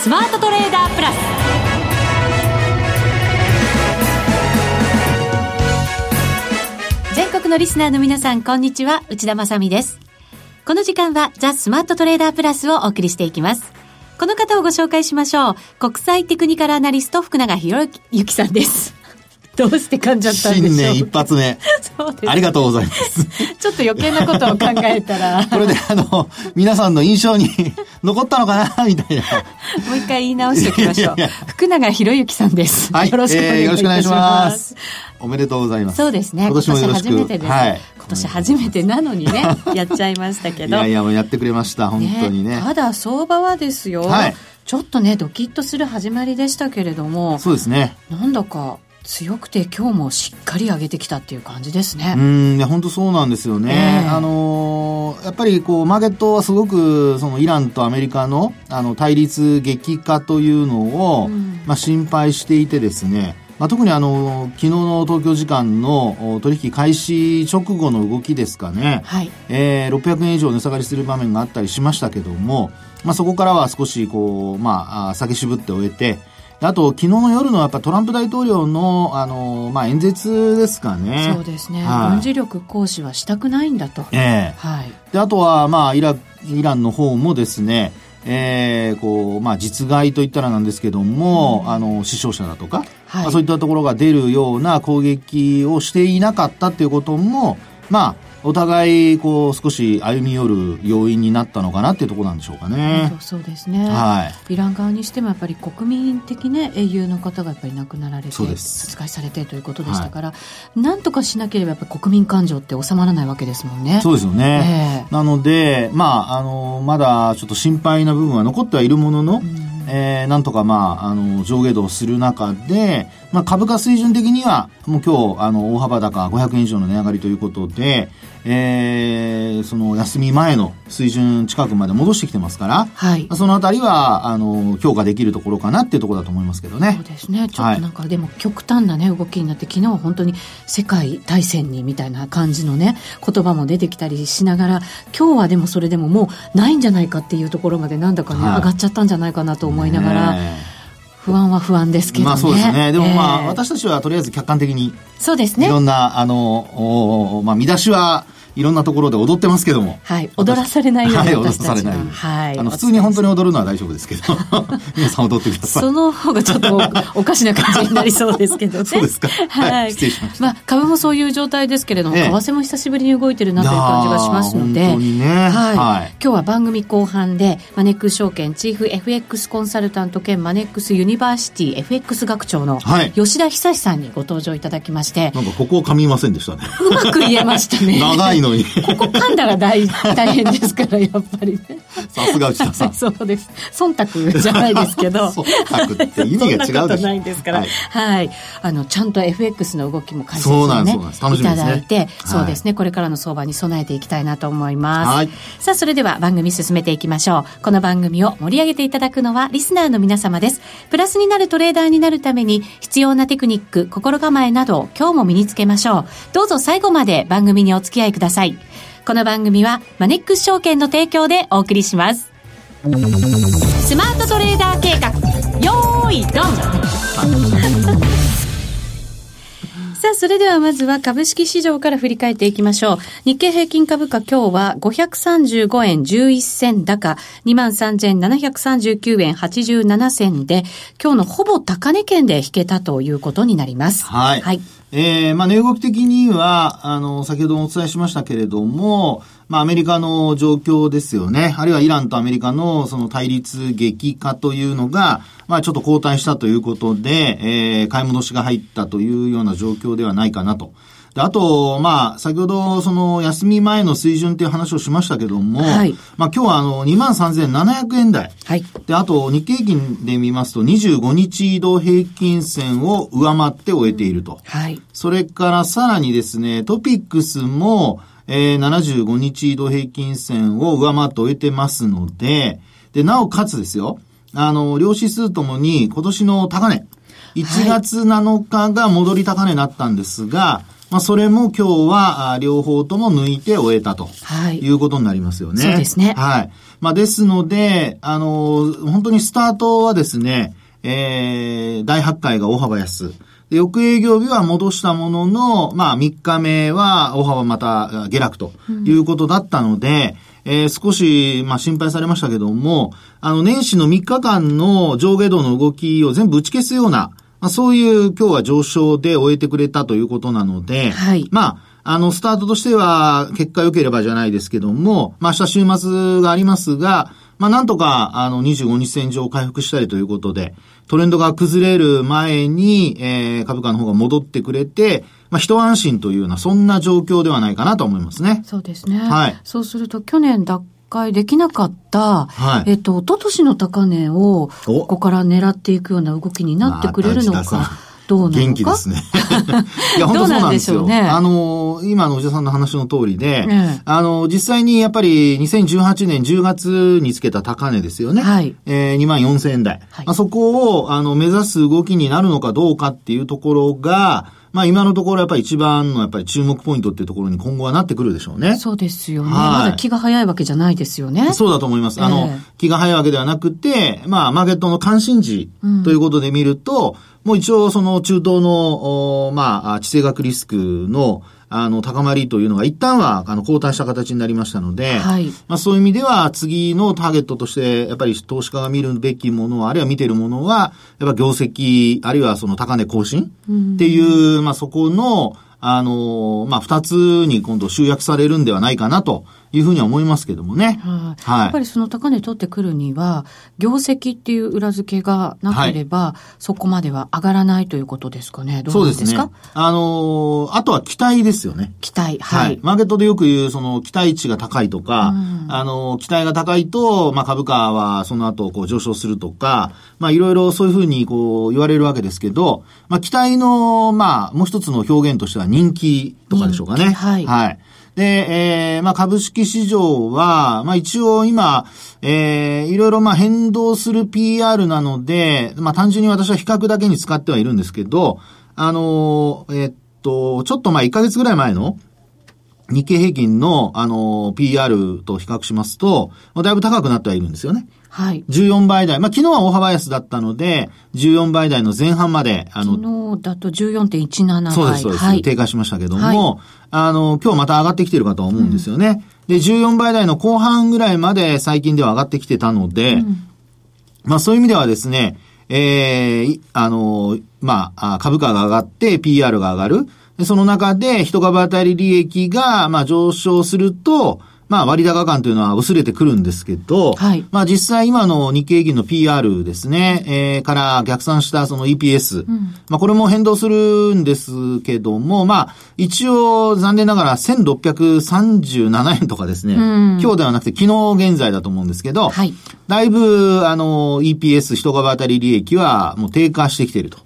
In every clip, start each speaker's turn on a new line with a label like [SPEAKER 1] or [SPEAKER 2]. [SPEAKER 1] スマートトレーダープラス」全国のリスナーの皆さんこんにちは内田まさみですこの時間はザ・スマートトレーダープラスをお送りしていきますこの方をご紹介しましょう国際テクニカルアナリスト福永博之さんです どうして噛んじゃったんでしょう
[SPEAKER 2] 新年一発目。
[SPEAKER 1] そうですね
[SPEAKER 2] ありがとうござ います。
[SPEAKER 1] ちょっと余計なことを考えたら
[SPEAKER 2] これで、あの、皆さんの印象に残ったのかなみ たいな。
[SPEAKER 1] もう一回言い直しておきましょう
[SPEAKER 2] いやいやいや
[SPEAKER 1] 福永博之さんです、
[SPEAKER 2] はい。
[SPEAKER 1] よろしくお願いい
[SPEAKER 2] えーよろ
[SPEAKER 1] た
[SPEAKER 2] し
[SPEAKER 1] し
[SPEAKER 2] くお願いしま
[SPEAKER 1] ます
[SPEAKER 2] す。おめでとうございます。
[SPEAKER 1] そうですね。
[SPEAKER 2] 今年もよろしく。
[SPEAKER 1] 初めてです、
[SPEAKER 2] はい。
[SPEAKER 1] 今年初めてなのに ね、やっちゃいましたけ
[SPEAKER 2] い
[SPEAKER 1] ど。
[SPEAKER 2] やいや、もうやってくれました。本当にね。
[SPEAKER 1] ただ相場はですよ、
[SPEAKER 2] はい
[SPEAKER 1] ちょっとね、ドキッとする始まりでしたけれども、
[SPEAKER 2] そうですね。
[SPEAKER 1] なんだか強くて今日もしっかり上げてきたっていう感じです
[SPEAKER 2] う
[SPEAKER 1] ね。
[SPEAKER 2] ん、いや、本当そうなんですよね。
[SPEAKER 1] ええ
[SPEAKER 2] あのーやっぱりこう、マーケットはすごく、そのイランとアメリカの、あの、対立激化というのを、
[SPEAKER 1] うん
[SPEAKER 2] まあ、心配していてですね、まあ、特にあの、昨日の東京時間のお取引開始直後の動きですかね、
[SPEAKER 1] はい。
[SPEAKER 2] えー600円以上値下がりする場面があったりしましたけども、まあ、そこからは少しこう、まあ、あ下げ渋って終えて、であと、昨日の夜のやっぱトランプ大統領の、あのーまあ、演説ですかね。
[SPEAKER 1] そうですね。
[SPEAKER 2] はい
[SPEAKER 1] 軍事力行使はしたくないんだと。
[SPEAKER 2] ええ
[SPEAKER 1] はい。
[SPEAKER 2] で、あとは、まあ、イラ、イランの方もですね、えーこう、まあ、実害といったらなんですけども、あの、死傷者だとか、
[SPEAKER 1] はい
[SPEAKER 2] まあそういったところが出るような攻撃をしていなかったっていうことも、まあ、お互い、こう、少し歩み寄る要因になったのかなっていうところなんでしょうかね
[SPEAKER 1] 本。当そうですね。
[SPEAKER 2] はい。
[SPEAKER 1] イラン側にしてもやっぱり国民的ね英雄の方がやっぱり亡くなられて
[SPEAKER 2] そうです
[SPEAKER 1] 殺害されてということでしたから、なんとかしなければやっぱり国民感情って収まらないわけですもんね。
[SPEAKER 2] そうですよね。
[SPEAKER 1] ええ
[SPEAKER 2] なので、まあ、あの、まだちょっと心配な部分は残ってはいるものの、えーなんとかまあ、あの、上下動する中で、まあ、株価水準的には、もう今日、あの、大幅高500円以上の値上がりということで、えーその、休み前の水準近くまで戻してきてますから、
[SPEAKER 1] はい
[SPEAKER 2] そのあたりは、あの、評価できるところかなっていうところだと思いますけど
[SPEAKER 1] そ
[SPEAKER 2] ね
[SPEAKER 1] う。ですねちょっとなんか、でも極端な、ね、動きになって昨日は本当に世界大戦にみたいな感じの、ね、言葉も出てきたりしながら今日はでもそれでももうないんじゃないかっていうところまでなんだか、ね
[SPEAKER 2] はい
[SPEAKER 1] 上がっちゃったんじゃないかなと思いながら、
[SPEAKER 2] ね
[SPEAKER 1] 不安は不安ですけどね。
[SPEAKER 2] まあそうですね。でもまあ、
[SPEAKER 1] ええ
[SPEAKER 2] 私たちはとりあえず客観的に
[SPEAKER 1] そうです
[SPEAKER 2] い
[SPEAKER 1] ね
[SPEAKER 2] ろんな、あの、おーまあ、見出しはいろんなところで踊ってますけども。
[SPEAKER 1] はい、踊らされないように
[SPEAKER 2] はい、踊ら
[SPEAKER 1] 私た
[SPEAKER 2] され
[SPEAKER 1] ちは、
[SPEAKER 2] ない
[SPEAKER 1] は
[SPEAKER 2] よう
[SPEAKER 1] い
[SPEAKER 2] に。あの、普通に本当に踊るのは大丈夫ですけど、皆さん踊って ください。
[SPEAKER 1] その方がちょっとおおかしな感じになりそうですけどね。
[SPEAKER 2] そうですか
[SPEAKER 1] はい。
[SPEAKER 2] はい失礼しました
[SPEAKER 1] まあ、株もそういう状態ですけれども、
[SPEAKER 2] ええ
[SPEAKER 1] 為替も久しぶりに動いてるなという感じがしますので。
[SPEAKER 2] いやー本当にね
[SPEAKER 1] はい。
[SPEAKER 2] はい
[SPEAKER 1] 今日は番組後半で、マネックス証券チーフ FX コンサルタント兼マネックスユニバーシティ FX 学長の
[SPEAKER 2] はい
[SPEAKER 1] 吉田久志さんにご登場いただきま して、
[SPEAKER 2] なんかここを噛みませんでしたね。
[SPEAKER 1] うまく言えましたね。
[SPEAKER 2] 長いのに。
[SPEAKER 1] ここ噛んだら大大変ですから、やっぱり ね。
[SPEAKER 2] さすが内田さ ん。
[SPEAKER 1] そうです。忖度じゃないですけど。
[SPEAKER 2] 忖度って意味が違うでし
[SPEAKER 1] そ
[SPEAKER 2] ょ
[SPEAKER 1] んなことないんですから。は
[SPEAKER 2] はいい。
[SPEAKER 1] あの、ちゃんと FX の動きも解説
[SPEAKER 2] そうな
[SPEAKER 1] を
[SPEAKER 2] んです
[SPEAKER 1] ね、
[SPEAKER 2] そうなんです楽
[SPEAKER 1] い
[SPEAKER 2] しみ
[SPEAKER 1] た
[SPEAKER 2] ですね
[SPEAKER 1] だいて、そうです
[SPEAKER 2] は
[SPEAKER 1] ね、これからの相場に備えていきたいなと思います。
[SPEAKER 2] はい
[SPEAKER 1] さあ、それでは番組進めていきましょう。この番組を盛り上げていただくのはリスナーの皆様です。プラスになるトレーダーになるために必要なテクニック、心構えなどを今日も身につけましょう。どうぞ最後まで番組にお付き合いください。この番組はマネックス証券の提供でお送りします。スマートトレーダー計画、よーい、ドン さあ、それではまずは株式市場から振り返っていきましょう。日経平均株価今日は535円11銭高、23,739円87銭で、今日のほぼ高値圏で引けたということになります。
[SPEAKER 2] はい。
[SPEAKER 1] はい。
[SPEAKER 2] えーまあ、値動き的には、あの、先ほどもお伝えしましたけれども、まあ、アメリカの状況ですよね。あるいはイランとアメリカの、その対立激化というのが、まあ、ちょっと後退したということで、えー買い戻しが入ったというような状況ではないかなと。であと、まあ、先ほど、その、休み前の水準という話をしましたけども、
[SPEAKER 1] はい
[SPEAKER 2] まあ、今日は、あの、23,700円台。
[SPEAKER 1] はい。
[SPEAKER 2] で、あと、日経平均で見ますと、25日移動平均線を上回って終えていると。
[SPEAKER 1] はい。
[SPEAKER 2] それからさらにですね、トピックスも、えー75日移動平均線を上回って終えてますので、で、なおかつですよ、あの、両指数ともに今年の高値、1月7日が戻り高値になったんですが、ままあ、それも今日は、あ両方とも抜いて終えたと。
[SPEAKER 1] はい。
[SPEAKER 2] いうことになりますよね。
[SPEAKER 1] そうですね
[SPEAKER 2] はい。まあ、ですので、あのー本当にスタートはですね、えー、第8回が大幅安。で翌営業日は戻したものの、まあ、3日目は大幅またあ下落ということだったので、えー少し、まあ、心配されましたけども、あの、年始の3日間の上下動の動きを全部打ち消すような、まあ、そういう今日は上昇で終えてくれたということなので、
[SPEAKER 1] はい
[SPEAKER 2] まあ、あの、スタートとしては、結果良ければじゃないですけども、まあ、明日週末がありますが、まあ、なんとか、あの、25日線上を回復したりということで、トレンドが崩れる前に、えー株価の方が戻ってくれて、まあ、一安心というような、そんな状況ではないかなと思いますね。
[SPEAKER 1] そうですね。
[SPEAKER 2] はい
[SPEAKER 1] そうすると、去年脱会できなかった、
[SPEAKER 2] はい
[SPEAKER 1] えっと、一昨年の高値を、
[SPEAKER 2] お
[SPEAKER 1] ここから狙っていくような動きになってくれるの
[SPEAKER 2] また内田さん
[SPEAKER 1] か、どうなのか。
[SPEAKER 2] 元気で すね。いや、本当そうなんですよ。
[SPEAKER 1] どうなんでしょうね
[SPEAKER 2] あの、今の内田さんの話の通りで、
[SPEAKER 1] ええ
[SPEAKER 2] あの、実際にやっぱり2018年10月につけた高値ですよね。
[SPEAKER 1] はい
[SPEAKER 2] えー、2万4000円台。
[SPEAKER 1] はい
[SPEAKER 2] まあ、そこを、あの、目指す動きになるのかどうかっていうところが、まあ今のところやっぱり一番のやっぱり注目ポイントっていうところに今後はなってくるでしょうね。
[SPEAKER 1] そうですよね。
[SPEAKER 2] はい
[SPEAKER 1] まだ気が早いわけじゃないですよね。
[SPEAKER 2] そうだと思います。あの、
[SPEAKER 1] ええ
[SPEAKER 2] 気が早いわけではなくて、まあ、マーケットの関心事ということで見ると、もう一応その中東の、おまああ、地政学リスクの、あの、高まりというのが一旦は、あの、後退した形になりましたので、
[SPEAKER 1] はい
[SPEAKER 2] まあ、そういう意味では、次のターゲットとして、やっぱり投資家が見るべきもの、あるいは見てるものは、やっぱ業績、あるいはその高値更新っていう、まあ、そこの、あの、まあ、二つに今度集約されるんではないかなというふうには思いますけどもね。
[SPEAKER 1] はい
[SPEAKER 2] はい
[SPEAKER 1] やっぱりその高値取ってくるには、業績っていう裏付けがなければ、そこまでは上がらないということですかね。ど
[SPEAKER 2] そうう
[SPEAKER 1] なん
[SPEAKER 2] です
[SPEAKER 1] です
[SPEAKER 2] ね
[SPEAKER 1] か。
[SPEAKER 2] あのーあとは期待ですよね。
[SPEAKER 1] 期待。はい。
[SPEAKER 2] マーケットでよく言う、その、期待値が高いとか、
[SPEAKER 1] うん
[SPEAKER 2] あのー、期待が高いと、まあ、株価はその後、こう、上昇するとか、まあ、いろいろそういうふうに、こう、言われるわけですけど、まあ、期待の、まあ、もう一つの表現としては人気とかでしょうかね。
[SPEAKER 1] 人気はい
[SPEAKER 2] はい。で、えー、まあ、株式市場は、まあ、一応今、えー、いろいろまあ変動する PR なので、まあ、単純に私は比較だけに使ってはいるんですけど、あのーえっと、ちょっとまあ、1ヶ月ぐらい前の、日経平均の、あのー PR と比較しますと、まあだいぶ高くなってはいるんですよね。
[SPEAKER 1] はい。
[SPEAKER 2] 14倍台。まあ、昨日は大幅安だったので、14倍台の前半まで、あの、
[SPEAKER 1] 昨日だと14.17倍。
[SPEAKER 2] そうです、そうです。
[SPEAKER 1] はい。
[SPEAKER 2] 低下しましたけども、
[SPEAKER 1] は
[SPEAKER 2] あの、今日また上がってきてるかとは思うんですよね。で、14倍台の後半ぐらいまで最近では上がってきてたので、まあそういう意味ではですね、えーいあの、まあ、あ株価が上がって、PR が上がる。でその中で、一株当たり利益が、まあ、上昇すると、まあ、割高感というのは薄れてくるんですけど、
[SPEAKER 1] はい
[SPEAKER 2] まあ、実際今の日経平均の PR ですね、えーから逆算したその EPS、まあ、これも変動するんですけども、まあ、一応、残念ながら1637円とかですね、
[SPEAKER 1] ん
[SPEAKER 2] 今日ではなくて昨日現在だと思うんですけど、
[SPEAKER 1] はい
[SPEAKER 2] だいぶ、あの、EPS、一株当たり利益はもう低下してきていると。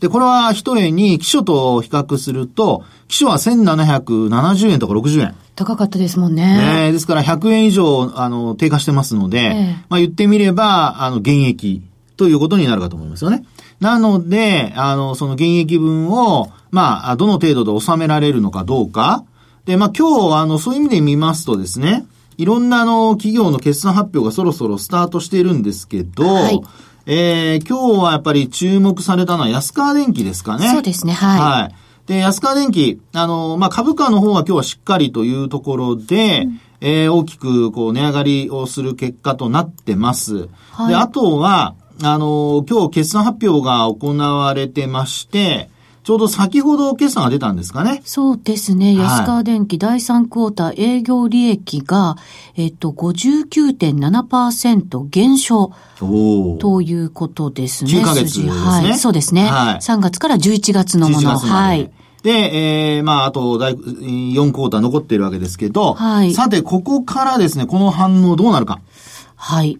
[SPEAKER 2] で、これは一重に、基礎と比較すると、基礎は1770円とか60円。
[SPEAKER 1] 高かったですもん
[SPEAKER 2] ね
[SPEAKER 1] ね。
[SPEAKER 2] えですから100円以上、あの、低下してますので、
[SPEAKER 1] ええ
[SPEAKER 2] まあ言ってみれば、あの、減益ということになるかと思いますよね。なので、あの、その減益分を、まあ、どの程度で収められるのかどうか。で、まあ今日、あの、そういう意味で見ますとですね、いろんな、あの、企業の決算発表がそろそろスタートしているんですけど、
[SPEAKER 1] はい
[SPEAKER 2] えー今日はやっぱり注目されたのは安川電機ですかね。
[SPEAKER 1] そうですね。はい。
[SPEAKER 2] はい。で、安川電機、あの、まあ、株価の方は今日はしっかりというところで、えー大きく、こう、値上がりをする結果となってます。
[SPEAKER 1] はい
[SPEAKER 2] で、あとは、あの、今日決算発表が行われてまして、ちょうど先ほど決算が出たんですかね。
[SPEAKER 1] そうですね。
[SPEAKER 2] はい
[SPEAKER 1] 安川電機第3クォーター営業利益が、えっと、59.7%減少
[SPEAKER 2] お
[SPEAKER 1] ということですね。
[SPEAKER 2] 9ヶ月
[SPEAKER 1] 数字
[SPEAKER 2] ですね
[SPEAKER 1] はい。そうですね。
[SPEAKER 2] はい
[SPEAKER 1] 3月から11月のもの。は
[SPEAKER 2] はいい。。で、えー、まあ、あと、第4クォーター残ってるわけですけど、
[SPEAKER 1] はい
[SPEAKER 2] さて、ここからですね、この反応どうなるか。
[SPEAKER 1] はい。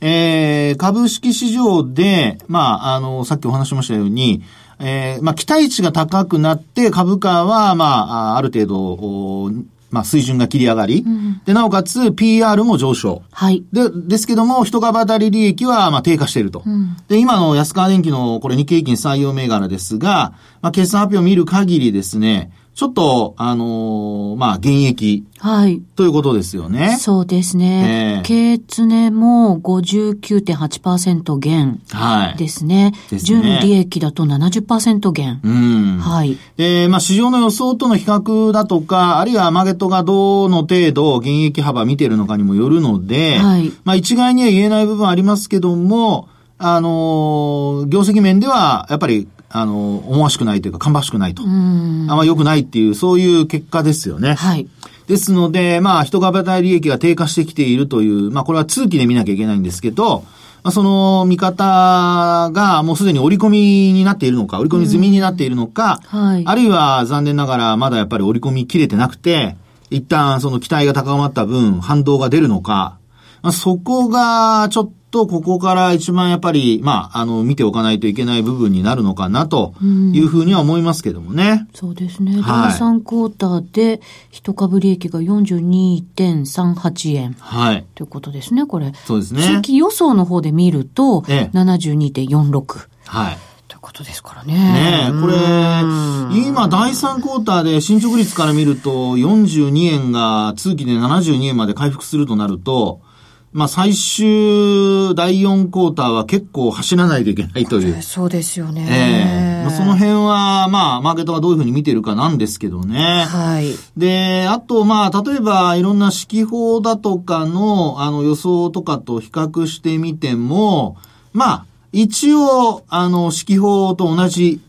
[SPEAKER 2] えー株式市場で、まあ、あの、さっきお話ししましたように、えーまあ、期待値が高くなって、株価は、まあ、あある程度、おまあ、水準が切り上がり、で、なおかつ、PR も上昇。
[SPEAKER 1] はい。
[SPEAKER 2] で、ですけども、一株当たり利益は、まあ、低下していると。で、今の安川電機の、これ日経平均採用銘柄ですが、まあ、決算発表を見る限りですね、ちょっと、あのーまあ、現役
[SPEAKER 1] はい。
[SPEAKER 2] ということですよね。
[SPEAKER 1] そうですね。
[SPEAKER 2] え
[SPEAKER 1] 経ツネも59.8%減
[SPEAKER 2] はい。
[SPEAKER 1] ですね。
[SPEAKER 2] です
[SPEAKER 1] 純
[SPEAKER 2] ね
[SPEAKER 1] 利益だと70%減。
[SPEAKER 2] うん。
[SPEAKER 1] はい。
[SPEAKER 2] で、まあ、市場の予想との比較だとか、あるいはマーケットがどの程度現益幅見てるのかにもよるので、
[SPEAKER 1] はい
[SPEAKER 2] まあ、一概には言えない部分ありますけども、あのー業績面では、やっぱり、あのー思わしくないというか、芳しくないと。
[SPEAKER 1] うーん。
[SPEAKER 2] あんま良くないっていう、そういう結果ですよね。
[SPEAKER 1] はい。
[SPEAKER 2] ですので、まあ、人株対利益が低下してきているという、まあ、これは通期で見なきゃいけないんですけど、まあ、その見方がもうすでに織り込みになっているのか、織り込み済みになっているのか、
[SPEAKER 1] はい
[SPEAKER 2] あるいは残念ながらまだやっぱり織り込み切れてなくて、一旦その期待が高まった分反動が出るのか、まあ、そこがちょっとここから一番やっぱり、まあ、あの、見ておかないといけない部分になるのかなというふうには思いますけどもね。
[SPEAKER 1] そうですね。
[SPEAKER 2] はい
[SPEAKER 1] 第3クォーターで、一株利益が42.38円。
[SPEAKER 2] はい。
[SPEAKER 1] ということですね、これ。
[SPEAKER 2] そうですね
[SPEAKER 1] 通期予想の方で見ると、
[SPEAKER 2] ええ
[SPEAKER 1] 72.46。
[SPEAKER 2] はい。
[SPEAKER 1] ということですからね。
[SPEAKER 2] ねえ、これ
[SPEAKER 1] うーん、
[SPEAKER 2] 今、第3クォーターで進捗率から見ると、42円が通期で72円まで回復するとなると、まあ、最終第4クォーターは結構走らないといけないという。
[SPEAKER 1] そうですよね。
[SPEAKER 2] ええまあ、その辺は、まあ、マーケットがどういうふうに見てるかなんですけどね。
[SPEAKER 1] はい。
[SPEAKER 2] で、あと、まあ、例えば、いろんな指揮法だとかの、あの、予想とかと比較してみても、まあ、一応、あの、指揮法と同じ、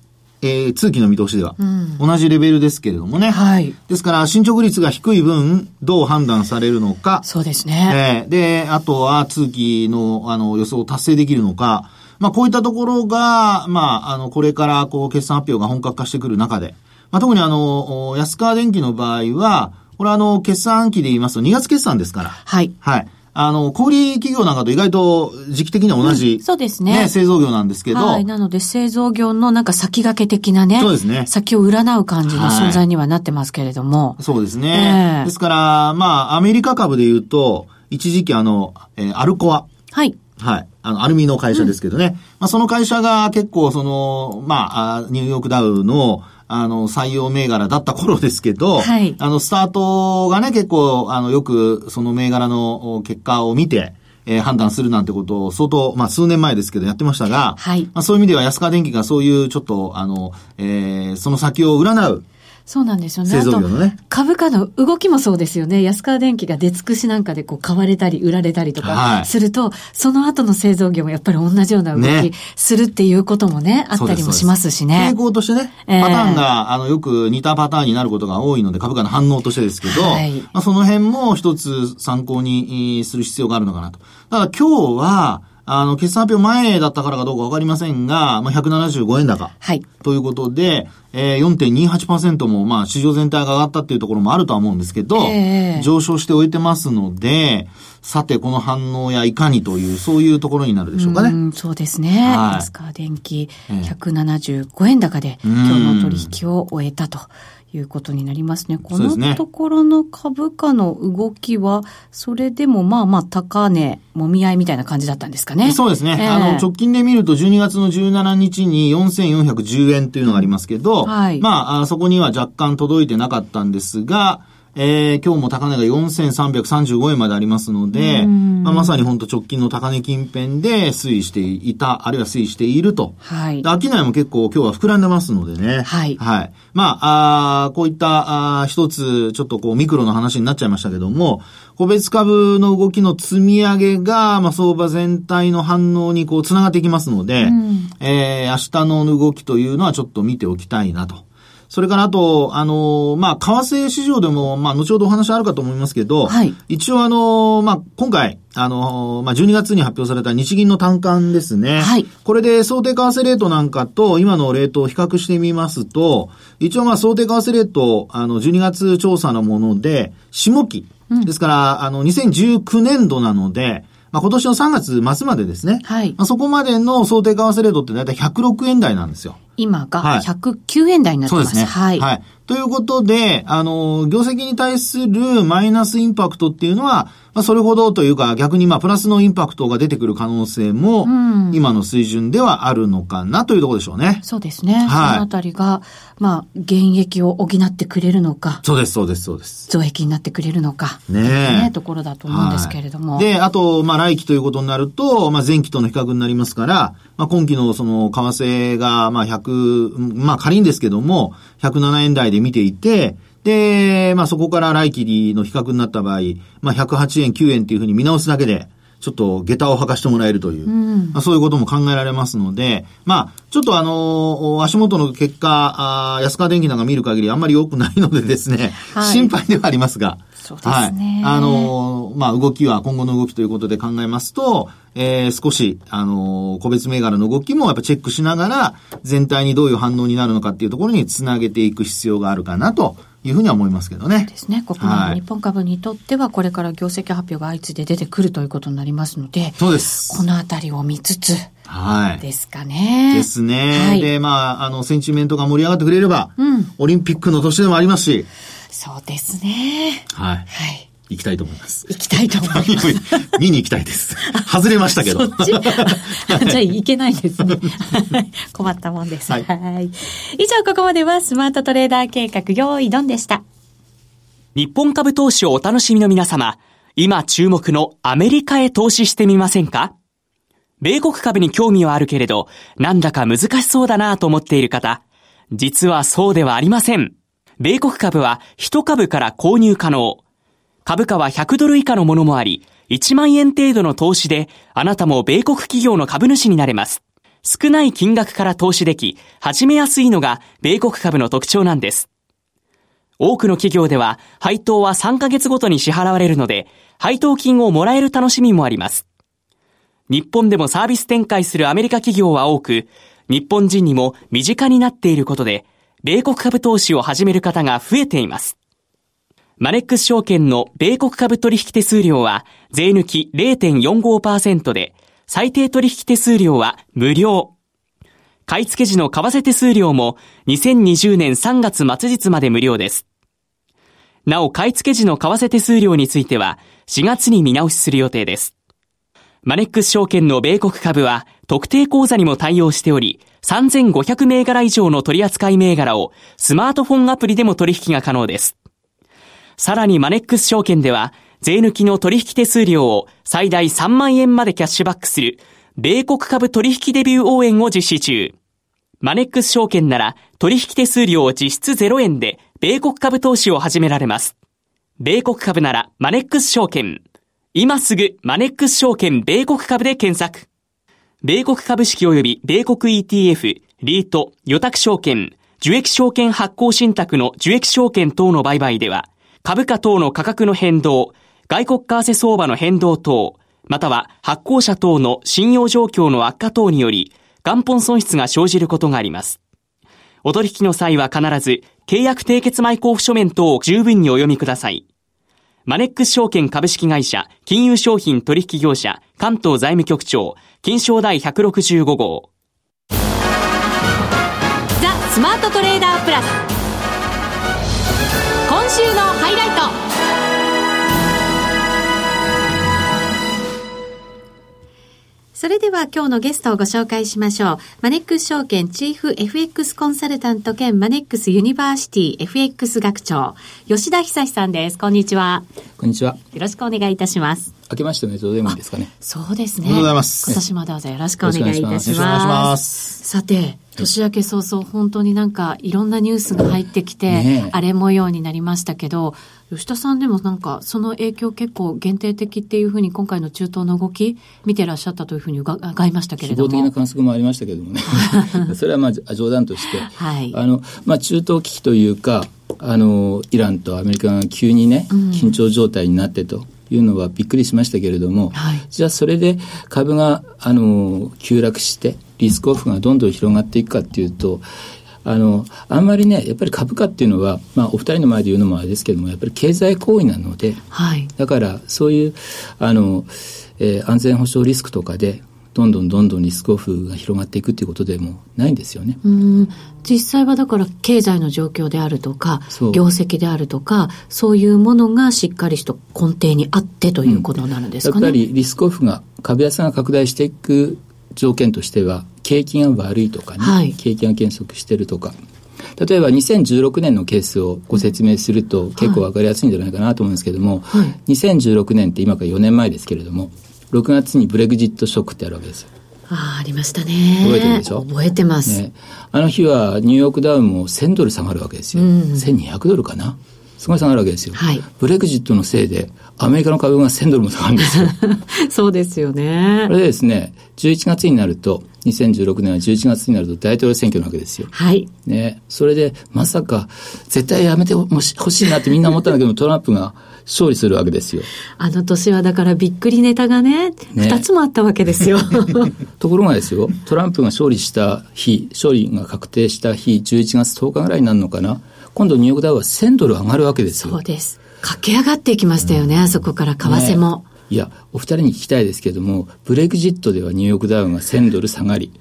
[SPEAKER 2] えー通期の見通しでは、
[SPEAKER 1] うん
[SPEAKER 2] 同じレベルですけれどもね。
[SPEAKER 1] はい。
[SPEAKER 2] ですから、進捗率が低い分、どう判断されるのか、
[SPEAKER 1] そうですね。
[SPEAKER 2] ええで、あとは通期のあの予想を達成できるのか、まあこういったところが、まああのこれからこう決算発表が本格化してくる中で、まあ特にあの、お安川電機の場合は、これはあの決算期で言いますと2月決算ですから、
[SPEAKER 1] はい。
[SPEAKER 2] はい。あの、小売企業なんかと意外と時期的には同じ、
[SPEAKER 1] そうですね
[SPEAKER 2] 製造業なんですけど、
[SPEAKER 1] はい。なので、製造業のなんか先駆け的なね。
[SPEAKER 2] そうですね
[SPEAKER 1] 先を占う感じの存在にはなってますけれども。
[SPEAKER 2] そうですね。
[SPEAKER 1] ええ
[SPEAKER 2] ですから、まあアメリカ株で言うと、一時期あの、えーアルコア、
[SPEAKER 1] はい。
[SPEAKER 2] はい。あの、アルミの会社ですけどね。まあ、その会社が結構、その、まああ、ニューヨークダウの、あの、採用銘柄だった頃ですけど、
[SPEAKER 1] はい
[SPEAKER 2] あの、スタートがね、結構、あの、よく、その銘柄のお結果を見て、えー判断するなんてことを相当、まあ、数年前ですけどやってましたが、
[SPEAKER 1] はい
[SPEAKER 2] まあ、そういう意味では安川電機がそういう、ちょっと、あの、えーその先を占う
[SPEAKER 1] そうなんですよね。
[SPEAKER 2] 製造業のね
[SPEAKER 1] あと株価の動きもそうですよね。安川電機が出尽くしなんかでこう買われたり売られたりと
[SPEAKER 2] は
[SPEAKER 1] か
[SPEAKER 2] い
[SPEAKER 1] すると、その後の製造業もやっぱり同じような動
[SPEAKER 2] ね
[SPEAKER 1] きするっていうこともね、あったりもしますしね
[SPEAKER 2] 傾。向としてね、
[SPEAKER 1] ええ
[SPEAKER 2] パターンが、あの、よく似たパターンになることが多いので、株価の反応としてですけど、
[SPEAKER 1] はい
[SPEAKER 2] まあ、その辺も一つ参考にえーする必要があるのかなと。ただ今日は、あの、決算発表前だったからかどうかわかりませんが、まあ、175円高。
[SPEAKER 1] はい。
[SPEAKER 2] ということで、えー、4.28%も、まあ、市場全体が上がったっていうところもあるとは思うんですけど、
[SPEAKER 1] ええ
[SPEAKER 2] 上昇しておいてますので、さて、この反応やいかにという、そういうところになるでしょうかね。
[SPEAKER 1] うん、そうですね。
[SPEAKER 2] はい
[SPEAKER 1] 安川電機
[SPEAKER 2] ええ
[SPEAKER 1] 175円高で
[SPEAKER 2] うん
[SPEAKER 1] 今日の取引を終えたということになりますね。こ
[SPEAKER 2] そうですね
[SPEAKER 1] のところの株価の動きは、それでもまあまあ高値、もみ合いみたいな感じだったんですかね。
[SPEAKER 2] そうですね。
[SPEAKER 1] ええ
[SPEAKER 2] あの、直近で見ると12月の17日に4410円というのがありますけど、
[SPEAKER 1] はい
[SPEAKER 2] まああ、そこには若干届いてなかったんですが、えー今日も高値が4335円までありますので、
[SPEAKER 1] うん
[SPEAKER 2] まあ、まさに本当直近の高値近辺で推移していた、あるいは推移していると。
[SPEAKER 1] はい。
[SPEAKER 2] で商いも結構今日は膨らんでますのでね。
[SPEAKER 1] はい
[SPEAKER 2] はい。まあ、あーこういった、あー一つ、ちょっとこう、ミクロの話になっちゃいましたけども、個別株の動きの積み上げが、まあ、相場全体の反応にこう、つながっていきますので、
[SPEAKER 1] うん
[SPEAKER 2] えー明日の動きというのはちょっと見ておきたいなと。それからあと、あのーまあ、為替市場でも、まあ、後ほどお話あるかと思いますけど、
[SPEAKER 1] はい
[SPEAKER 2] 一応あのーまあ、今回、あのーまあ、12月に発表された日銀の短観ですね。
[SPEAKER 1] はい
[SPEAKER 2] これで想定為替レートなんかと今のレートを比較してみますと、一応まあ想定為替レート、あの、12月調査のもので、下期。ですから、あの、2019年度なので、まあ、今年の3月末までですね。
[SPEAKER 1] はい
[SPEAKER 2] まあ、そこまでの想定為替レートって大体106円台なんですよ。
[SPEAKER 1] 今
[SPEAKER 2] は
[SPEAKER 1] が
[SPEAKER 2] い
[SPEAKER 1] 109円台になって
[SPEAKER 2] そう
[SPEAKER 1] ま。
[SPEAKER 2] ですすね。
[SPEAKER 1] はい。
[SPEAKER 2] ということで、あの、業績に対するマイナスインパクトっていうのは、まあ、それほどというか、逆にまあ、プラスのインパクトが出てくる可能性も、
[SPEAKER 1] ん
[SPEAKER 2] 今の水準ではあるのかなというところでしょうね。
[SPEAKER 1] そうですね。
[SPEAKER 2] はい
[SPEAKER 1] そのあたりが、まあ、現役を補ってくれるのか、
[SPEAKER 2] そうです、そうです、そうです。
[SPEAKER 1] 増益になってくれるのか、
[SPEAKER 2] ねえ
[SPEAKER 1] ねところだと思うんですけれども。
[SPEAKER 2] はいで、あと、まあ、来期ということになると、まあ、前期との比較になりますから、まあ、今期のその、為替が、まあ、100、まあ、仮にですけども、107円台で見ていて、で、まあ、そこから来期の比較になった場合、まあ、108円、9円っていうふうに見直すだけで、ちょっと、下駄を履かしてもらえるという、まあ、そういうことも考えられますので、まあ、ちょっとあのー足元の結果、あー安川電機なんか見る限りあんまり良くないのでですね、
[SPEAKER 1] はい
[SPEAKER 2] 心配ではありますが。
[SPEAKER 1] そうですね
[SPEAKER 2] はい。あのーまあ、動きは、今後の動きということで考えますと、えー少し、あのー個別銘柄の動きもやっぱチェックしながら、全体にどういう反応になるのかっていうところにつなげていく必要があるかなというふうには思いますけどね。
[SPEAKER 1] ですね。国内
[SPEAKER 2] は
[SPEAKER 1] の
[SPEAKER 2] い
[SPEAKER 1] 日本株にとっては、これから業績発表が相次いで出てくるということになりますので、
[SPEAKER 2] そうです。
[SPEAKER 1] このあたりを見つつ
[SPEAKER 2] はい。
[SPEAKER 1] ですかね。
[SPEAKER 2] ですね。
[SPEAKER 1] はい
[SPEAKER 2] で、まあ、あの、センチメントが盛り上がってくれれば、
[SPEAKER 1] うん
[SPEAKER 2] オリンピックの年でもありますし、
[SPEAKER 1] そうですね。
[SPEAKER 2] はい。
[SPEAKER 1] はい。
[SPEAKER 2] 行きたいと思います。
[SPEAKER 1] 行きたいと思います。
[SPEAKER 2] 見に行きたい です。外れましたけど。
[SPEAKER 1] そっちじゃあ、 いけないですね。 はい困ったもんです。は。
[SPEAKER 2] はいい
[SPEAKER 1] 以上、ここまではスマートトレーダー計画、用意ドンでした。
[SPEAKER 3] 日本株投資をお楽しみの皆様、今注目のアメリカへ投資してみませんか米国株に興味はあるけれど、なんだか難しそうだなぁと思っている方、実はそうではありません。米国株は1株から購入可能。株価は100ドル以下のものもあり、1万円程度の投資で、あなたも米国企業の株主になれます。少ない金額から投資でき、始めやすいのが米国株の特徴なんです。多くの企業では配当は3ヶ月ごとに支払われるので、配当金をもらえる楽しみもあります。日本でもサービス展開するアメリカ企業は多く、日本人にも身近になっていることで、米国株投資を始める方が増えています。マネックス証券の米国株取引手数料は税抜き0.45%で、最低取引手数料は無料。買い付け時の為替手数料も2020年3月末日まで無料です。なお、買い付け時の為替手数料については4月に見直しする予定です。マネックス証券の米国株は特定口座にも対応しており、3500銘柄以上の取扱い銘柄をスマートフォンアプリでも取引が可能です。さらにマネックス証券では、税抜きの取引手数料を最大3万円までキャッシュバックする、米国株取引デビュー応援を実施中。マネックス証券なら、取引手数料を実質0円で、米国株投資を始められます。米国株なら、マネックス証券。今すぐ、マネックス証券米国株で検索。米国株式及び米国 ETF、リート、予託証券、受益証券発行信託の受益証券等の売買では、株価等の価格の変動、外国為替相場の変動等、または発行者等の信用状況の悪化等により、元本損失が生じることがあります。お取引の際は必ず、契約締結前交付書面等を十分にお読みください。マネックス証券株式会社、金融商品取引業者、関東財務局長、金賞第165号。
[SPEAKER 1] ザ・スマートトレーダープラス。今週のハイライト。それでは今日のゲストをご紹介しましょう。マネックス証券チーフ FX コンサルタント兼マネックスユニバーシティ FX 学長、吉田久志さんです。こんにちは。
[SPEAKER 4] こんにちは。
[SPEAKER 1] よろしくお願いいたします。
[SPEAKER 4] 明けましておめでとうでもいいですかね。
[SPEAKER 1] そうですね。
[SPEAKER 2] ありがとうございます
[SPEAKER 1] 今年もどうぞよろしくお願いいたします。
[SPEAKER 4] よ
[SPEAKER 2] ろしくお願いします
[SPEAKER 1] さて、年明け早々、本当になんかいろんなニュースが入ってきて、
[SPEAKER 4] ねえ
[SPEAKER 1] 荒れ模様になりましたけど、吉田さんでもなんかその影響結構限定的っていうふうに今回の中東の動き見てらっしゃったというふうに伺伺いましたけれ
[SPEAKER 4] 希
[SPEAKER 1] ど
[SPEAKER 4] 望的
[SPEAKER 1] も
[SPEAKER 4] な。観測もありましたけれども ね。それはまあ冗談として。
[SPEAKER 1] はい
[SPEAKER 4] あの、まあ中東危機というか、あの、イランとアメリカが急にね、緊張状態になってと。いうのはびっくりしましたけれども、
[SPEAKER 1] はい
[SPEAKER 4] じゃあそれで株があの急落してリスクオフがどんどん広がっていくかっていうとあのあんまりねやっぱり株価っていうのは、まあ、お二人の前で言うのもあれですけどもやっぱり経済行為なので、
[SPEAKER 1] はい。
[SPEAKER 4] だからそういうあの、えー安全保障リスクとかでどんどんどんどんリスクオフが広がっていくということでもないんですよね。
[SPEAKER 1] うん実際はだから経済の状況であるとか
[SPEAKER 4] そう
[SPEAKER 1] 業績であるとかそういうものがしっかりした根底にあってということになるんです
[SPEAKER 4] や
[SPEAKER 1] か
[SPEAKER 4] っ
[SPEAKER 1] ね。
[SPEAKER 4] ぱりリスクオフが株安が拡大していく条件としては景気が悪いとかね、
[SPEAKER 1] はい
[SPEAKER 4] 景気が減速してるとか例えば2016年のケースをご説明すると結構わかりやすいんじゃないかなと思うんですけども、
[SPEAKER 1] はい
[SPEAKER 4] 2016年って今から4年前ですけれども6月にブレグジットショックってあるわけですよ
[SPEAKER 1] あーありましたね。
[SPEAKER 4] 覚えてるでしょ
[SPEAKER 1] 覚えてます。
[SPEAKER 4] ね、あの日はニューヨークダウンも1000ドル下がるわけですよ、
[SPEAKER 1] うん
[SPEAKER 4] 1200ドルかなすごい下がるわけですよ、
[SPEAKER 1] はい
[SPEAKER 4] ブレグジットのせいでアメリカの株が1000ドルも下がるん ですよ
[SPEAKER 1] そうですよね
[SPEAKER 4] こ。れでですね11月になると2016年は11月になると大統領選挙なわけですよ
[SPEAKER 1] はい。
[SPEAKER 4] ね、それでまさか絶対やめてほしほしいなってみんな思ったんだけどトランプが勝利するわけですよ
[SPEAKER 1] あの年はだからびっくりネタがね、
[SPEAKER 4] ね
[SPEAKER 1] 二つもあったわけです よ。
[SPEAKER 4] ところがですよ、トランプが勝利した日、勝利が確定した日、11月10日ぐらいになるのかな、今度ニューヨークダウは1000ドル上がるわけです
[SPEAKER 1] そ
[SPEAKER 4] よ
[SPEAKER 1] う。です。駆け上がっていきましたよね、あそこから為替も。
[SPEAKER 4] ねいや、お二人に聞きたいですけれども、ブレグジットではニューヨークダウが1000ドル下がり、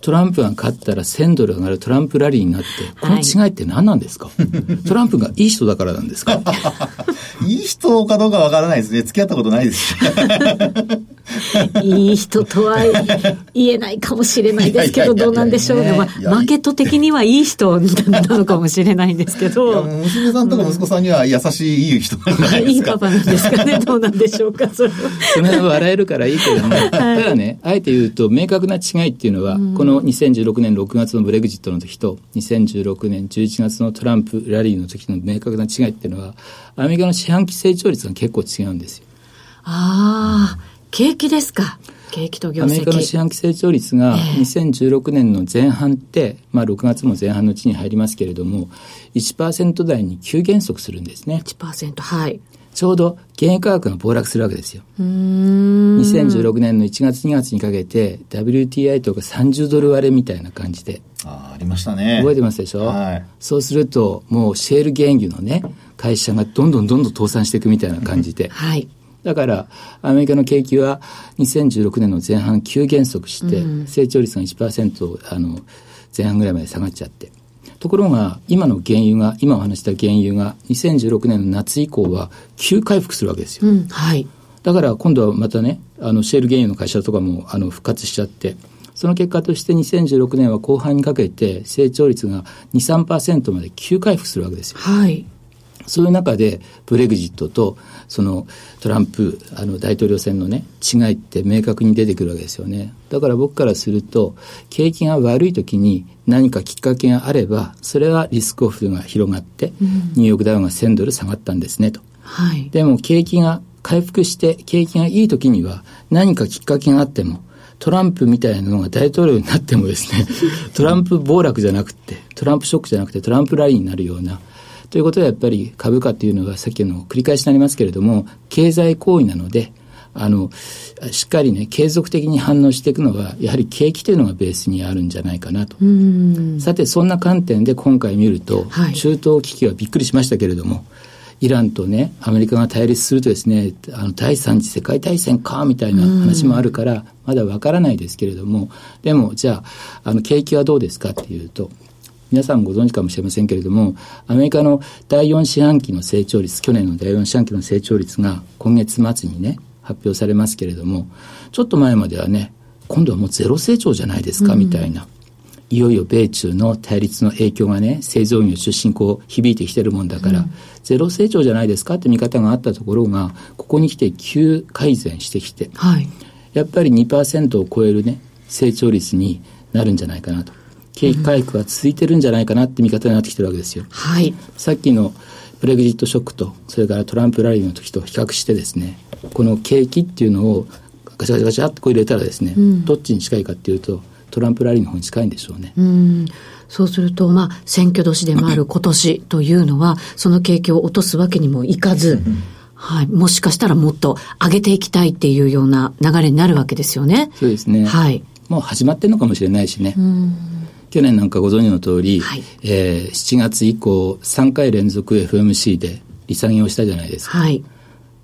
[SPEAKER 4] トランプが勝ったら1000ドル上がるトランプラリーになって、この違いって何な んですか、トランプがいい人だからなんですか
[SPEAKER 2] いい人かどうかわからないですね。付き合ったことないです。
[SPEAKER 1] いい人と は言えないかもしれないですけど、
[SPEAKER 2] いやいやいやいや
[SPEAKER 1] どうなんでしょうね。まあ
[SPEAKER 2] いや
[SPEAKER 1] マーケット的にはいい人なのかもしれないんですけ
[SPEAKER 2] いや
[SPEAKER 1] ど、
[SPEAKER 2] 娘さんとか息子さんには優しい、いい人なんじゃないで
[SPEAKER 1] い
[SPEAKER 2] す
[SPEAKER 1] い
[SPEAKER 2] か。
[SPEAKER 1] パパなんですかね、どうなんでしょうか、それは。
[SPEAKER 4] その辺は笑えるからいいけ ども、ただね、あえて言うと、明確な違いっていうのは、この2016年6月のブレグジットの時と、2016年11月のトランプラリーの時の明確な違いっていうのは、アメリカの四半期成長率が結構違うんですよ。
[SPEAKER 1] ああ、景気ですか。景気と業
[SPEAKER 4] アメリカの四
[SPEAKER 1] 績。
[SPEAKER 4] 半期成長率が
[SPEAKER 1] ええ
[SPEAKER 4] 2016年の前半って、まあ6月も前半のうちに入りますけれども、1%台に急減速するんですね。
[SPEAKER 1] 1%、はい。
[SPEAKER 4] ちょうど原油価格が暴落するわけですよ。
[SPEAKER 1] うーん。
[SPEAKER 4] 2016年の1月2月にかけて WTI とか30ドル割れみたいな感じで
[SPEAKER 2] あーありましたね。
[SPEAKER 4] 覚えてますでしょ、
[SPEAKER 2] はい
[SPEAKER 4] そうするともうシェール原油のね会社がどんどんどんどん倒産していくみたいな感じで
[SPEAKER 1] はい。
[SPEAKER 4] だからアメリカの景気は2016年の前半急減速して成長率が1%あの前半ぐらいまで下がっちゃってところが今の原油が今お話しした原油が2016年の夏以降は急回復するわけですよ
[SPEAKER 1] うん、はい。
[SPEAKER 4] だから今度はまたね、あのシェール原油の会社とかもあの復活しちゃって、その結果として2016年は後半にかけて成長率が2、3%まで急回復するわけですよ。
[SPEAKER 1] はい。
[SPEAKER 4] そういう中でブレグジットとそのトランプあの大統領選のね違いって明確に出てくるわけですよね。だから僕からすると景気が悪い時に何かきっかけがあればそれはリスクオフが広がってニューヨークダウンが1000ドル下がったんですねと。
[SPEAKER 1] はい。
[SPEAKER 4] でも景気が回復して景気がいい時には何かきっかけがあってもトランプみたいなのが大統領になってもですねトランプ暴落じゃなくてトランプショックじゃなくてトランプラリーになるようなということはやっぱり株価っていうのはさっきの繰り返しになりますけれども経済行為なのであのしっかりね継続的に反応していくのはやはり景気というのがベースにあるんじゃないかなと
[SPEAKER 1] うーん。
[SPEAKER 4] さてそんな観点で今回見ると、
[SPEAKER 1] はい
[SPEAKER 4] 中東危機はびっくりしましたけれどもイランとねアメリカが対立するとですねあの第三次世界大戦かみたいな話もあるからまだわからないですけれどもでもじゃああの景気はどうですかっていうと皆さんご存知かもしれませんけれどもアメリカの第4四半期の成長率去年の第4四半期の成長率が今月末にね発表されますけれどもちょっと前まではね今度はもうゼロ成長じゃないですかみたいな。いよいよ米中の対立の影響がね、製造業中心にこう響いてきてるもんだから、ゼロ成長じゃないですかって見方があったところが、ここに来て急改善してきて、
[SPEAKER 1] はい。
[SPEAKER 4] やっぱり2%を超えるね、成長率になるんじゃないかなと。景気回復が続いてるんじゃないかなって見方になってきてるわけですよ。
[SPEAKER 1] はい。
[SPEAKER 4] さっきのブレグジットショックと、それからトランプラリーの時と比較してですね、この景気っていうのをガチャガチャガチャってこう入れたらですね、どっちに近いかっていうと、トランプラリーの方に近いんでしょうね。
[SPEAKER 1] うんそうすると、まあ、選挙年でもある今年というのは、その景気を落とすわけにもいかず、はい、もしかしたらもっと上げていきたいっていうような流れになるわけですよね。
[SPEAKER 4] そうですね。
[SPEAKER 1] はい。
[SPEAKER 4] もう始まってるのかもしれないしね。去年なんかご存知の通り、
[SPEAKER 1] はい
[SPEAKER 4] えー7月以降3回連続 FMC で利下げをしたじゃないですか。
[SPEAKER 1] はい。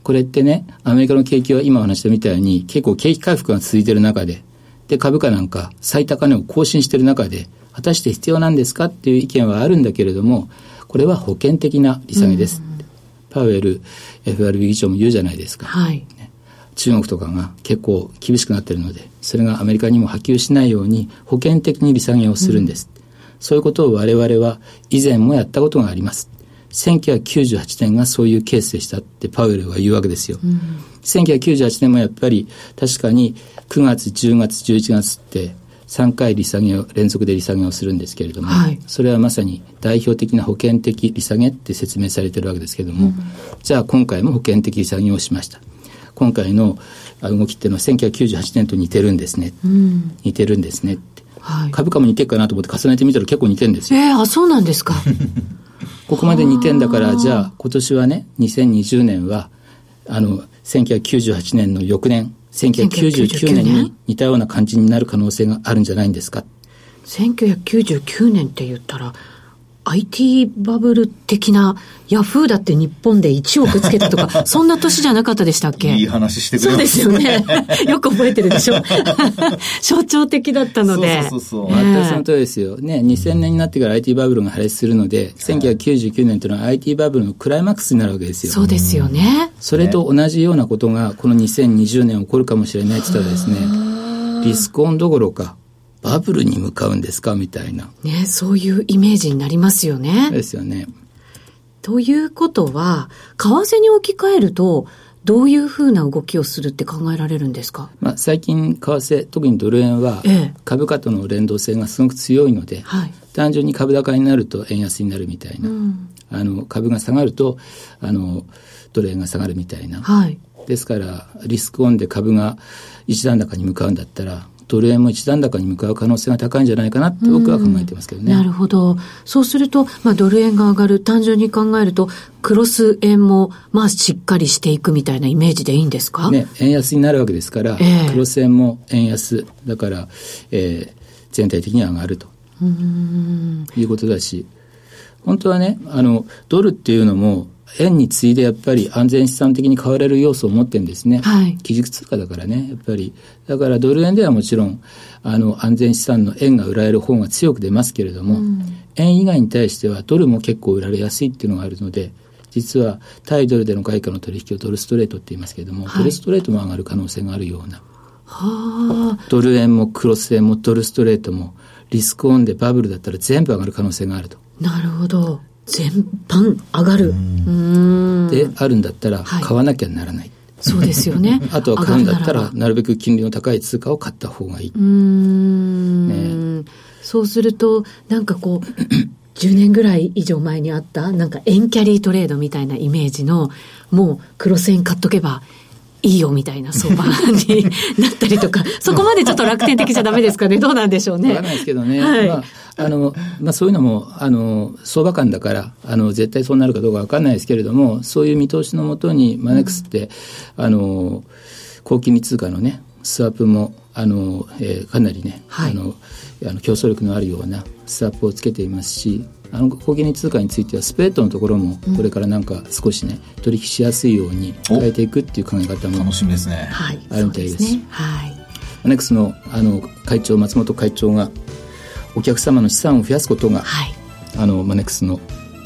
[SPEAKER 4] これってね、アメリカの景気は今お話ししたみたいに結構景気回復が続いてる中で、で、株価なんか最高値を更新している中で、果たして必要なんですかっていう意見はあるんだけれども、これは保険的な利下げです。パウエル FRB 議長も言うじゃないですか。
[SPEAKER 1] はい。
[SPEAKER 4] 中国とかが結構厳しくなってるので、それがアメリカにも波及しないように保険的に利下げをするんです。そういうことを我々は以前もやったことがあります。1998年がそういうケースでしたってパウエルは言うわけですよ。1998年もやっぱり確かに9月、10月、11月って3回利下げを、連続で利下げをするんですけれども、
[SPEAKER 1] はい
[SPEAKER 4] それはまさに代表的な保険的利下げって説明されてるわけですけれども、じゃあ今回も保険的利下げをしました。今回のあ動きっていうのは1998年と似てるんですね。
[SPEAKER 1] うん。
[SPEAKER 4] 似てるんですねって。
[SPEAKER 1] はい。
[SPEAKER 4] 株価も似てるかなと思って重ねてみたら結構似てるんですよ。
[SPEAKER 1] えー、あ、そうなん ですか。
[SPEAKER 4] ここまで2点だから、じゃあ今年はね、2020年は、あの、1998年の翌年、1999年に似たような感じになる可能性があるんじゃないんですか。
[SPEAKER 1] 1999年って言ったら、IT バブル的な、ヤフーだって日本で1億つけたと か、そんな年じゃなかったでしたっけ
[SPEAKER 2] いい話してくれ
[SPEAKER 1] そう
[SPEAKER 2] ま
[SPEAKER 1] ですよね。 よく覚えてるでしょ象徴的だったので。
[SPEAKER 2] そうそうそうそう
[SPEAKER 1] ねえ
[SPEAKER 4] 全くその通りですよ。ね、2000年になってから IT バブルが破裂するので、1999年というのは IT バブルのクライマックスになるわけですよ。
[SPEAKER 1] そうですよね。
[SPEAKER 4] それと同じようなことがこの2020年起こるかもしれないって言ったらですね、リスクオンどころか、バブルに向かうんですかみたいな。
[SPEAKER 1] ね、そういうイメージになりますよね。
[SPEAKER 4] ですよね。
[SPEAKER 1] ということは、為替に置き換えると、どういうふうな動きをするって考えられるんですか
[SPEAKER 4] まあ、最近、為替、特にドル円は
[SPEAKER 1] ええ
[SPEAKER 4] 株価との連動性がすごく強いので、
[SPEAKER 1] はい。
[SPEAKER 4] 単純に株高になると円安になるみたいな、
[SPEAKER 1] うん。
[SPEAKER 4] あの株が下がるとあのドル円が下がるみたいな、
[SPEAKER 1] はい。
[SPEAKER 4] ですからリスクオンで株が一段高に向かうんだったらドル円も一段高に向かう可能性が高いんじゃないかなって僕は考えてますけどね。
[SPEAKER 1] なるほど。そうすると、まあ、ドル円が上がる、単純に考えると、クロス円も、まあ、しっかりしていくみたいなイメージでいいんですか、
[SPEAKER 4] ね、円安になるわけですから、
[SPEAKER 1] ええ
[SPEAKER 4] 黒線も円安だから、えー全体的には上がるということだし本当はねあのドルっていうのも円に次いでやっぱり安全資産的に買われる要素を持ってるんですね、
[SPEAKER 1] はい
[SPEAKER 4] 基軸通貨だからねやっぱりだからドル円ではもちろんあの安全資産の円が売られる方が強く出ますけれども、円以外に対してはドルも結構売られやすいっていうのがあるので実は対ドルでの外貨の取引をドルストレートって言いますけれども、
[SPEAKER 1] はい
[SPEAKER 4] ドルストレートも上がる可能性があるような
[SPEAKER 1] はあ。
[SPEAKER 4] ドル円もクロス円もドルストレートもリスクオンでバブルだったら全部上がる可能性があると。
[SPEAKER 1] なるほど。全般上がる。うーん。
[SPEAKER 4] で、あるんだったら
[SPEAKER 1] はい
[SPEAKER 4] 買わなきゃならない。
[SPEAKER 1] そうですよね
[SPEAKER 4] 。あとは買うんだった
[SPEAKER 1] 上が
[SPEAKER 4] ら
[SPEAKER 1] るなば
[SPEAKER 4] なるべく金利の高い通貨を買った方がいい。
[SPEAKER 1] うーん。そうすると、なんかこう、10年ぐらい以上前にあった、なんか円キャリートレードみたいなイメージの、もうクロス円買っとけば、いいよみたいな相場になったりとか、そこまでちょっと楽天的じゃダメですかね。どうなんでしょう
[SPEAKER 4] わ
[SPEAKER 1] ね。
[SPEAKER 4] からないですけどね。
[SPEAKER 1] はい。
[SPEAKER 4] まあ、あの、まあそういうのも、あの、相場感だから、あの、絶対そうなるかどうかわかんないですけれども、そういう見通しのもとに、マネックスって、あの、高金利通貨のね、スワップも、あの、えーかなりね、
[SPEAKER 1] はい
[SPEAKER 4] あの、あの競争力のあるようなスワップをつけていますし、あの高金利通貨についてはスプレッドのところもこれからなんか少しね、取引しやすいように変えていくっていう考え方
[SPEAKER 2] す。
[SPEAKER 4] も
[SPEAKER 2] 楽しみですね。
[SPEAKER 1] はい。
[SPEAKER 4] ある
[SPEAKER 1] そう
[SPEAKER 4] みたい
[SPEAKER 1] で
[SPEAKER 4] です
[SPEAKER 1] すね。はい。
[SPEAKER 4] アネックスのあの会長松本会長がお客様の資産を増やすことが、
[SPEAKER 1] はい。
[SPEAKER 4] あのマネックスの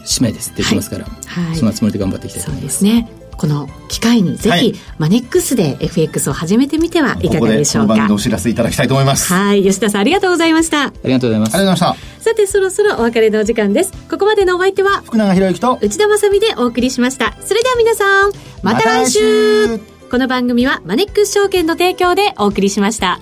[SPEAKER 4] 使命ですって言ってますから、
[SPEAKER 1] はい
[SPEAKER 4] そのつもりで頑張っていきたいと
[SPEAKER 1] そう
[SPEAKER 4] 思い
[SPEAKER 1] で
[SPEAKER 4] ます。
[SPEAKER 1] すね。この機会にぜひ、
[SPEAKER 2] はい
[SPEAKER 1] マネックスで FX を始めてみてはい
[SPEAKER 2] こ
[SPEAKER 1] か
[SPEAKER 2] こ
[SPEAKER 1] が
[SPEAKER 2] で
[SPEAKER 1] でし
[SPEAKER 2] こ
[SPEAKER 1] ょ
[SPEAKER 2] の
[SPEAKER 1] う
[SPEAKER 2] 番
[SPEAKER 1] か
[SPEAKER 2] 組でお。知らせいただきたいと思います。あ
[SPEAKER 1] はい、吉田さんありがとうございました。
[SPEAKER 4] ありがとうございます。
[SPEAKER 2] りがとうございました。
[SPEAKER 1] さて、そろそろお別れのお時間です。ここまでのお相手は、
[SPEAKER 2] 福永博之と
[SPEAKER 1] 内田まさみでお送りしました。それでは皆さん、また来週
[SPEAKER 2] また来週
[SPEAKER 1] この番組はマネックス証券の提供でお送りしました。